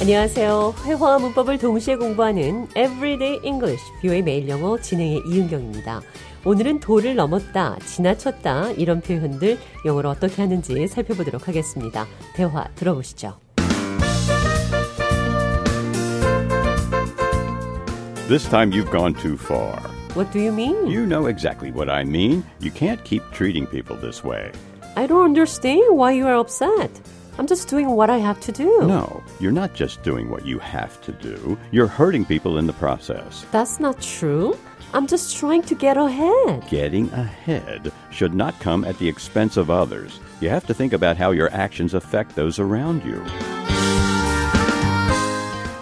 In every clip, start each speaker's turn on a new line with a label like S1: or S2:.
S1: 안녕하세요. 회화와 문법을 동시에 공부하는 Everyday English, 뷰의 매일 영어 진행의 이은경입니다. 오늘은 도를 넘었다, 지나쳤다 이런 표현들 영어로 어떻게 하는지 살펴보도록 하겠습니다. 대화 들어보시죠.
S2: This time you've gone too far.
S1: What do you mean?
S2: You know exactly what I mean. You can't keep treating people this way.
S1: I don't understand why you are upset. I'm just doing what I have to do.
S2: No, you're not just doing what you have to do, you're hurting people in the process.
S1: That's not true. I'm just trying to get ahead.
S2: Getting ahead should not come at the expense of others. You have to think about how your actions affect those around you.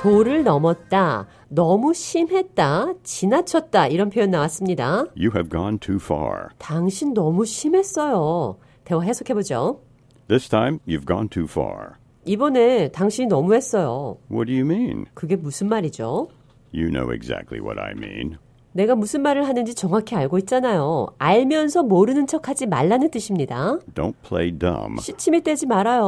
S1: 도를 넘었다, 너무 심했다, 지나쳤다 이런 표현 나왔습니다.
S2: You have gone too far.
S1: 당신 너무 심했어요. 대화 해석해 보죠.
S2: This time you've gone too far.
S1: 이번에 당신이 너무 했어요.
S2: What do you mean?
S1: 그게 무슨 말이죠?
S2: You know exactly what I mean.
S1: 내가 무슨 말을 하는지 정확히 알고 있잖아요. 알면서 모르는 척하지 말라는 뜻입니다.
S2: Don't play dumb.
S1: 시침이 떼지 말아요.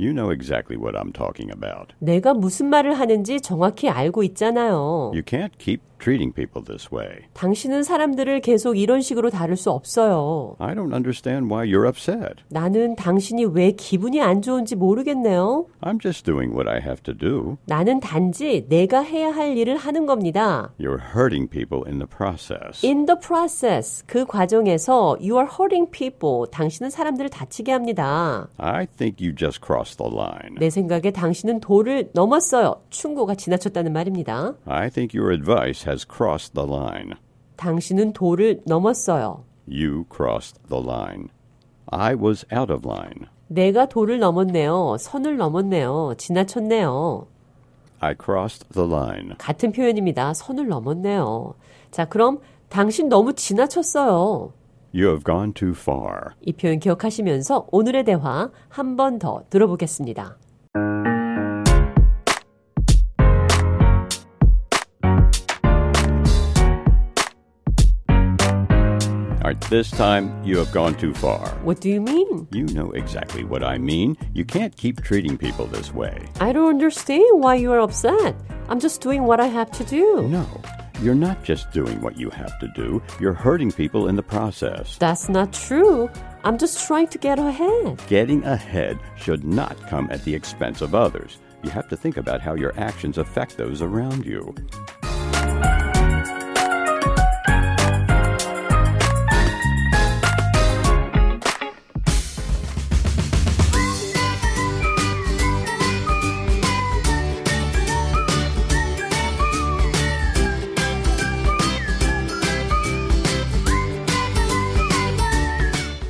S2: You know exactly what I'm talking about.
S1: 내가 무슨 말을 하는지 정확히 알고 있잖아요.
S2: You can't keep treating people this way.
S1: 당신은 사람들을 계속 이런 식으로 다룰 수 없어요.
S2: I don't understand why you're upset.
S1: 나는 당신이 왜 기분이 안 좋은지 모르겠네요.
S2: I'm just doing what I have to do.
S1: 나는 단지 내가 해야 할 일을 하는 겁니다.
S2: You're hurting people in the process.
S1: In the process, 그 과정에서 you are hurting people, 당신은 사람들을 다치게 합니다.
S2: I think you just crossed the line.
S1: 내 생각에 당신은 도를 넘었어요. 충고가 지나쳤다는 말입니다.
S2: I think your advice has crossed the line.
S1: 당신은 도를 넘었어요.
S2: You crossed the line. I was out of line.
S1: 내가 도를 넘었네요. 선을 넘었네요. 지나쳤네요.
S2: I crossed the line.
S1: 같은 표현입니다. 선을 넘었네요. 자, 그럼 당신 너무 지나쳤어요.
S2: You have gone too far.
S1: 이 표현 기억하시면서 오늘의 대화 한 번 더 들어보겠습니다.
S2: All right, this time you have gone too far.
S1: What do you mean?
S2: You know exactly what I mean. You can't keep treating people this way.
S1: I don't understand why you are upset. I'm just doing what I have to do.
S2: No, you're not just doing what you have to do, you're hurting people in the process.
S1: That's not true. I'm just trying to get ahead.
S2: Getting ahead should not come at the expense of others. You have to think about how your actions affect those around you.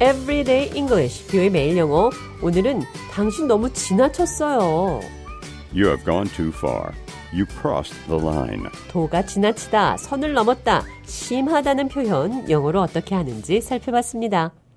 S1: Everyday English, 뷰의 매일 영어. 오늘은 당신 너무 지나쳤어요.
S2: You have gone too far. You crossed the line.
S1: 도가 지나치다, 선을 넘었다, 심하다는 표현 영어로 어떻게 하는지 살펴봤습니다.